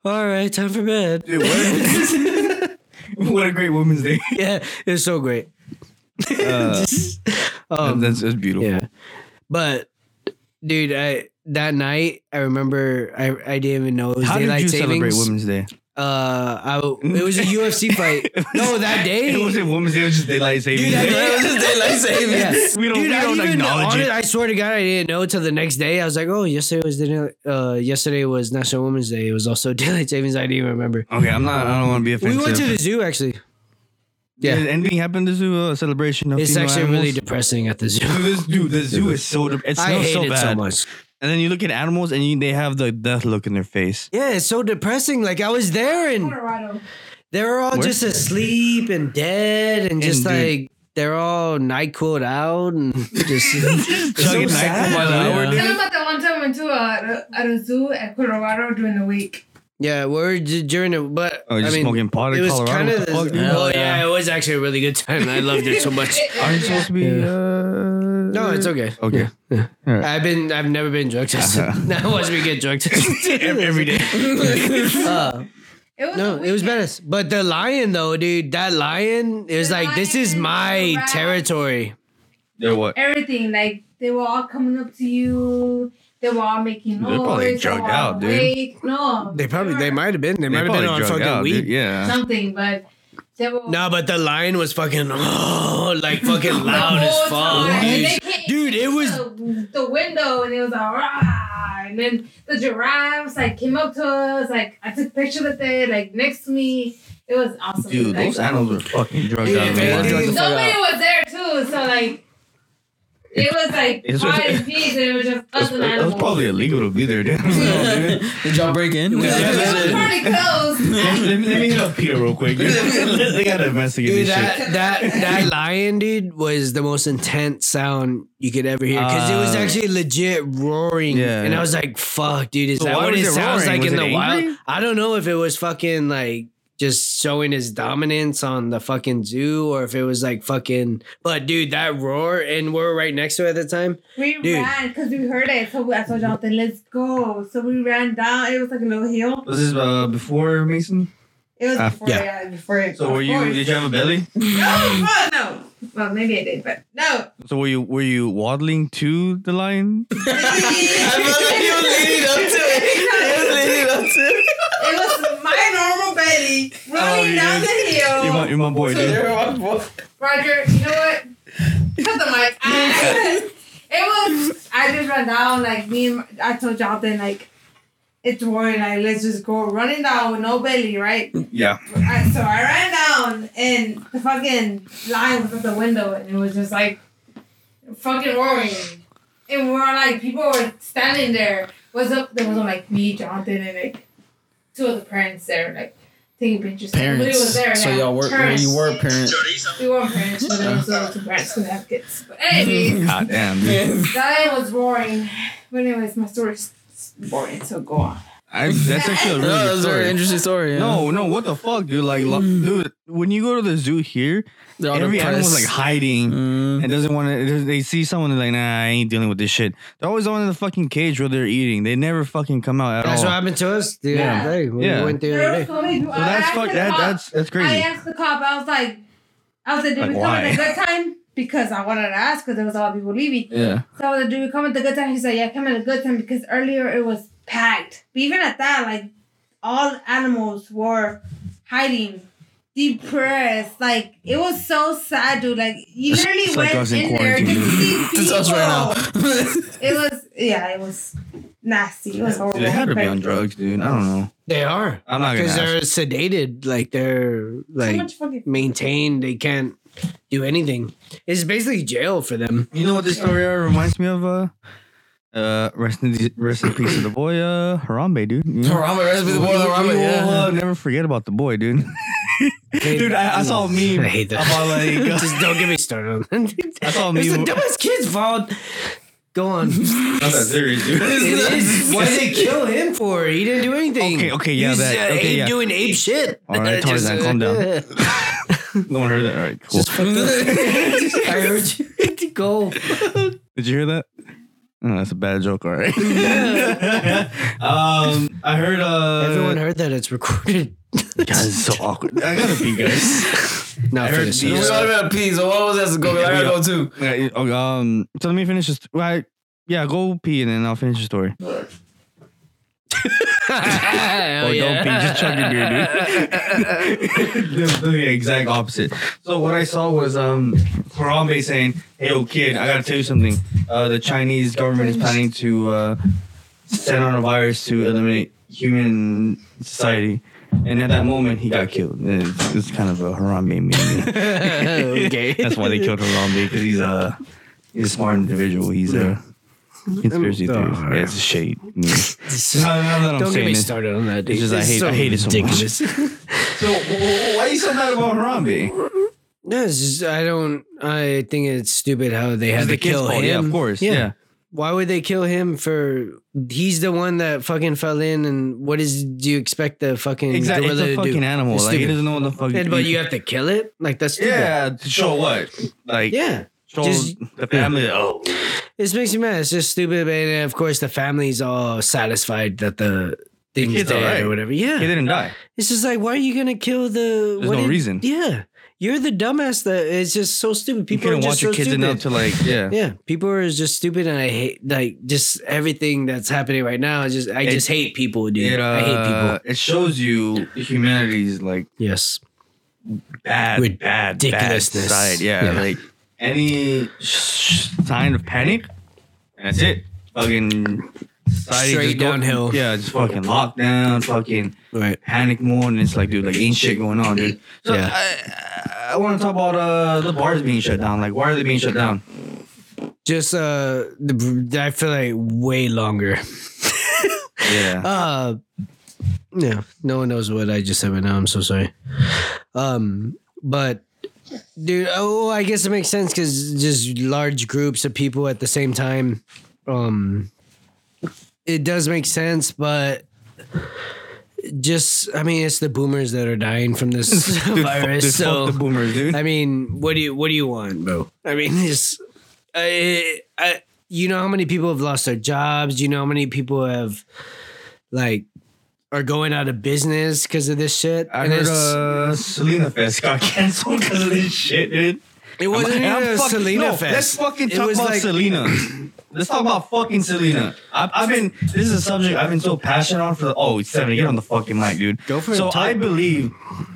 All right, time for bed.
Dude, what, a, what a great Women's Day.
Yeah, it's so great.
Um, that's, that's beautiful.
Yeah. But dude, I that night I remember I, I didn't even know it was
How did
daylight
you celebrate
savings.
Women's Day?
Uh, I it was a UFC fight. no, that day.
It wasn't Women's Day. It was just daylight savings.
Dude, that day- Yeah.
We don't-
Dude,
we
I
don't
even-
acknowledge
honest-
it.
I swear to God, I didn't know till the next day. I was like, "Oh, yesterday was dinner, uh, yesterday was National Women's Day. It was also daylight savings. I didn't even remember."
okay, I'm not. I don't want to be
We
offensive.
went to the zoo actually.
Yeah.
yeah.
Did anything happen to zoo uh, celebration? Of
It's
female
actually
animals?
really depressing at the zoo.
Dude, this, dude, the zoo is so. dep- It
I
smells
hate
so
it
bad.
so much.
And then you look at animals, and you, they have the death look in their face.
Yeah, it's so depressing. Like I was there and
Colorado.
they were all
Where?
just asleep and dead and just
dude-
like they're all night cooled out and just it's so
Chugging NyQuil
sad.
by the hour,
yeah.
Tell them about the one time I went to a, at a zoo at Colorado during the week.
Yeah, we're d- during it, but
Oh, you're
I mean,
smoking pot in
it was
Colorado?
kind
What
of.
the fuck, dude?
Oh
Hell
yeah,
yeah.
it was actually a really good time. I loved it so much.
Aren't you supposed to be? Uh...
No, it's okay.
Okay.
I've been, I've never been drug tested. Now watch me get drug tested Uh, every day.
It was
No, it was badass. But the lion though, dude, that lion is
The
like, this is
lion,
my
the rat.
territory.
They're what?
Everything like they were all coming up to you. They were all making
They're
noise.
probably
they
drugged
were
out, dude.
awake. No,
They probably,
were
they might have been, they might have been
probably
on
drug
fucking
out,
weed.
dude. Yeah.
something, but they were
No, but the lion was fucking oh, like fucking
the
loud as
whole
fuck.
time. And
dude.
they came
Dude, it
to
was
the, the window, and it was like rah, and then the giraffes like came up to us. Like I took pictures with it, like next to me. It was awesome.
Dude,
Like,
those animals are fucking drugged
Dude,
out.
if
man.
anything-
Drugged the fuck
Nobody
out.
was there too, so like it was like
It's
quiet
just-
and peace, and it was just us
That's-
and
That was
animals.
probably illegal to be there, dude. Let me-
Did y'all break in?
It was pretty close.
let, me, let me hit up Peter real quick. dude. they gotta investigate
dude,
this shit.
that that that lion dude was the most intense sound you could ever hear because it was
Uh,
actually legit roaring.
yeah.
and I was like, "Fuck, dude, is
So
that
why
what
was
it
it
sounds
roaring?
like
Was
in the
it angry?
wild?" I don't know if it was fucking like just showing his dominance on the fucking zoo or if it was like fucking. But dude, that roar and we're right next to it at the time.
We
Dude.
ran because we heard it, so I told Jonathan, "Let's go." So we ran down. It was like a little hill.
Was this uh, before Mason?
It was
Ah,
before,
yeah.
yeah, before it.
So were
of
you?
course.
Did you have a belly?
No, fuck no. Well, maybe I did, but no.
So were you? Were you waddling to the lion?
It was my normal belly running down the hill.
You're my, you're my boy, dude.
Roger, you know what? Cut the mic. I- it was. I just ran down like me and my, I told Jonathan like. It's roaring, like let's just go running down with no belly, right?
Yeah.
I, so I ran down and the fucking lion was at the window and it was just like fucking roaring. And we're all like people were standing there. Was up there was like me, Jonathan, and like two of the parents there, like taking pictures. Nobody was there.
So
yeah.
y'all were where
Parents.
you were parents.
We weren't parents, but there was little two parents who have kids. But anyways,
God damn, dude.
that was boring. But anyways, my story's boring, so go on.
I, that's actually a really
No,
good
that's a very
story.
interesting story. Yeah.
No, no, what the fuck, dude? Like, lo- dude, when you go to the zoo here,
They're all
every animal's like
depressed.
hiding
Mm.
and doesn't want to. They see someone they're like, nah, I ain't dealing with this shit. They're always on in the fucking cage where they're eating. They never fucking come out at
That's
all.
what happened to us the
Yeah.
other day when
Oh. Yeah.
we went the
There
other
was
day.
so many-
so that's
I
fuck.
asked the
That,
cop-
that's that's crazy.
I asked the cop. I was like, I was like, did
Like,
we come at
why?
a good time? Because I wanted to ask because there was a lot of people leaving.
Yeah.
So I was like, did we come at the good time? He said, yeah, come at a good time because earlier it was packed. But even at that, like all animals were hiding. Depressed, like it was so sad, dude. Like you literally
It's like
went
us in
in, there to
quarantine, dude.
see people.
It's us right
it was, yeah, it was nasty. It was horrible.
Dude, they had to be on
Like,
drugs, dude. I don't know.
They are
I'm not gonna.
because
Ask.
they're sedated, like they're
So
like
much fucking
maintained. They can't do anything. It's basically jail for them.
You know what this story uh, reminds me of? Uh, uh, rest in, rest in peace to the boy, uh, Harambe, dude. You know?
Harambe, rest in peace to the boy,
We- we
Harambe,
will,
yeah.
uh, never forget about the boy, dude. dude, I, I saw a meme.
I hate that.
About like,
Just don't get me started on that.
I saw a
It's the
meme.
dumbest kid's fault. Go on.
Not that serious, dude.
it is. Why did they kill him for? He didn't do anything.
Okay, okay, yeah,
He's
that-
uh,
okay,
ape
yeah.
doing ape shit. uh,
All right, Tarzan, calm down. No one heard that. All right, cool.
I heard you. Go.
Did you hear that? Oh, that's a bad joke, all right. um, I heard. Uh,
Everyone heard that it's recorded.
God, it's so awkward. I gotta pee, guys.
Not for the
heard you.
We
season.
all about peace. So what was that to go? I gotta go too.
Okay, okay, um, so let me finish this. Right, yeah, go pee and then I'll finish the story.
Oh,
Oh, don't pee. Just chug your beer, dude. the, the exact opposite. So what I saw was um Harambe saying, "Hey, yo, kid, I gotta tell you something. Uh, the Chinese government is planning to uh, send on a virus to eliminate human society." And at that moment, he got killed. And It's, it's kind of a Harambe meme.
okay.
That's why they killed Harambe because he's a he's a smart individual. He's a conspiracy theorist. Yeah, it's a shade. Yeah. No, no, no, no,
Don't
I'm
get
saying
me
this.
started on that. Dude.
It's just I hate- I hate it so much.
much.
So wh- wh- why are you so mad about Harambe?
no, it's just I don't. I think it's stupid how they had
It's
to
the kid's
kill
fault,
him.
yeah, of course, yeah.
Why would they kill him for? He's the one that fucking fell in, and what is? Do you expect the fucking
Exactly. It's
gorilla to
a fucking
do?
animal.
It's
like he
stupid.
doesn't know what the fuck.
Yeah, but you have to kill it. Like that's stupid.
yeah. To show what? Like
yeah.
show
just-
the family. Oh,
This makes me mad. It's just stupid, and of course the family's all satisfied that the thing's
kid's
dead
alright.
or whatever. Yeah,
he didn't die.
It's just like, why are you gonna kill the?
There's no reason.
Yeah, you're the dumbass. That it's just so stupid.
You
People are
couldn't
just
watch your
so
kids
stupid.
enough to like. Yeah.
yeah, people are just stupid, and I hate like just everything that's happening right now. I just I
It-
just hate people, dude.
It, uh,
I hate people.
It shows you humanity's like
Yes,
bad, bad, bad
Ridiculousness.
side. Yeah,
Yeah.
like any sh- sign of panic, that's it. Fucking society
Straight
just go-
downhill.
yeah, just fucking lockdown, fucking
right.
panic more, and it's like, dude, like ain't shit going on, dude. So
Yeah.
I, I want to talk about uh, the bars being shut down. Like, why are they being shut down?
Just uh, the, I feel like way longer.
Yeah,
Uh, yeah, no one knows what I just said right now. I'm so sorry. Um, but dude, oh, I guess it makes sense because just large groups of people at the same time. Um, it does make sense, but just I mean, it's the boomers that are dying from this
dude,
virus.
fuck, dude,
so
fuck the boomers, dude.
I mean, what do you what do you want, bro? I mean, this, I, I, you know how many people have lost their jobs. You know how many people have, like, are going out of business because of this shit.
I
And
heard
it's-
uh, Selena Fest got canceled because of this shit, dude.
it wasn't
I'm- I'm
even a
fuck-
Selena
no,
fest.
Let's fucking
It
talk
was
about
like-
Selena. Let's talk about fucking Selena. I've, I've been. This is a subject I've been so passionate on for. The, oh, it's seven. Get on the fucking mic, dude. Go
for it,
So
talk.
I believe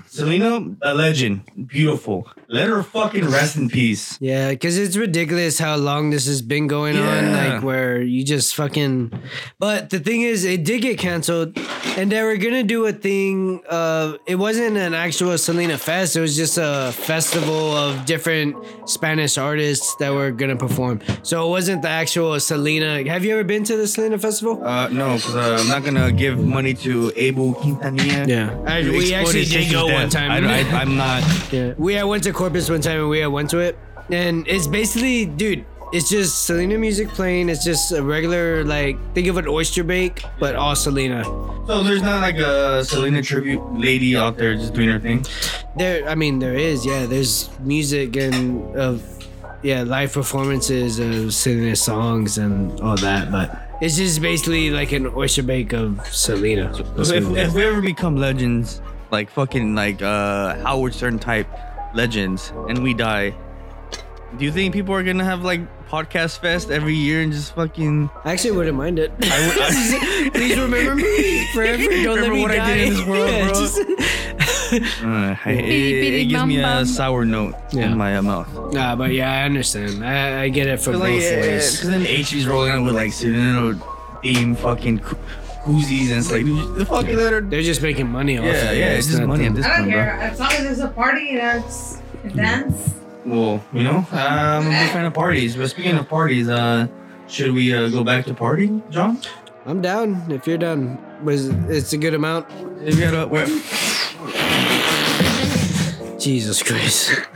Selena, a legend, beautiful. Let her fucking rest in peace.
Yeah, because it's ridiculous how long this has been going on.
Yeah.
Like, where you just fucking. But the thing is, it did get canceled, and they were gonna do a thing. Uh, it wasn't an actual Selena Fest. It was just a festival of different Spanish artists that were gonna perform. So it wasn't the actual Selena. Have you ever been to the Selena Festival?
Uh, no, because uh, I'm not gonna give money to Abel Quintanilla.
I,
To
we
exploit
actually
his
did
sister's
go one
death.
time.
I, I, I'm not.
Yeah. We I went to Corpus one time and we I went to it. And it's basically, dude, it's just Selena music playing. It's just a regular like think of an oyster bake, but all Selena.
So there's not like a Selena tribute lady out there just doing her thing.
There I mean there is, yeah, there's music and of yeah, live performances of Selena songs and all that, but it's just basically like an oyster bake of Selena.
So if, if we ever become legends, like fucking like uh Howard Stern type legends, and we die, do you think people are gonna have like podcast fest every year and just fucking?
I actually wouldn't mind it. Please remember me forever. Don't let
Remember
me
what I
die.
did in this world,
Yeah,
bro. Uh, I- it, it, it gives me a sour note
Yeah.
in my uh, mouth.
Nah, but yeah, I understand. I, I get it from
Cause
both
like, yeah,
ways.
cause then HB's rolling out with like Sereno theme fucking coo- koozies and it's like dude, the fucking letter.
They're just making money off
Yeah,
of it.
yeah, it's just
not
money
the-
at this
I don't
point, bro.
care. As long as there's a party and I just dance,
Well, you know, um, I'm a big fan of parties. But speaking of parties, uh, should we uh, go back to partying, John?
I'm down if you're down. Was it's a good amount.
If you had a, where,
Jesus Christ.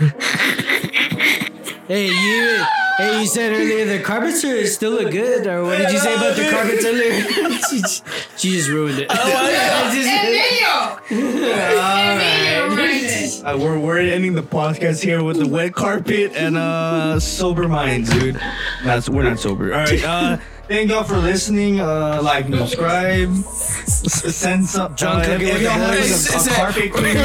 hey, you hey, you said earlier the carpets are still look good, or what did you say about the carpets earlier? she, just- she just ruined it.
Emilio! Emilio ruined it.
uh, we're, we're ending the podcast here with the wet carpet and uh, sober minds, dude. That's we're not sober. All right. Uh, thank y'all for listening. Uh, like, and subscribe. S- Send some.
John
uh,
Cook it
if- if
with
y'all
the
have
boys.
a- a carpet queen,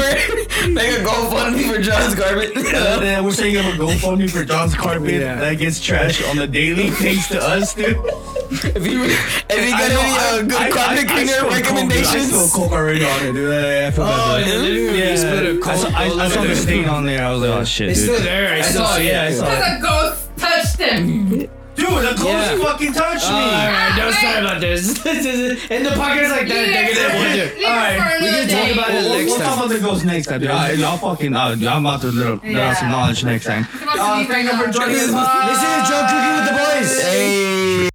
Make a GoFundMe for John's carpet.
Uh, then we're setting up a GoFundMe for John's carpet
Yeah.
that gets trashed on the daily thanks to us, dude.
if you if you
I
got
know, I-
any uh, good
I- I-
carpet
I
cleaner
spilled coke, dude. I
recommendations.
spilled coke already on it, dude. I, I feel
Oh,
bad. for
yeah,
it.
literally, you spilled a
I saw, I, I saw the stain on there. I was like, oh shit,
It's
dude.
still there. I saw it.
yeah, I saw it.
Because a ghost touched him.
Dude, the ghost
Yeah.
fucking touched me.
Alright,
Ah,
don't start about this. and the podcast like that,
Leave
they're
it
gonna wonder.
for- leave it for
Alright, we
can
another
talk
day.
about it.
We'll,
next
we'll talk
time.
about the ghost next time. dude. I, y'all fucking, uh, I'm about to throw throw some
Yeah.
knowledge next time.
about to
Uh,
leave right
thank you
now.
for joining us.
This is Joe Cooking with the Boys.
Hey.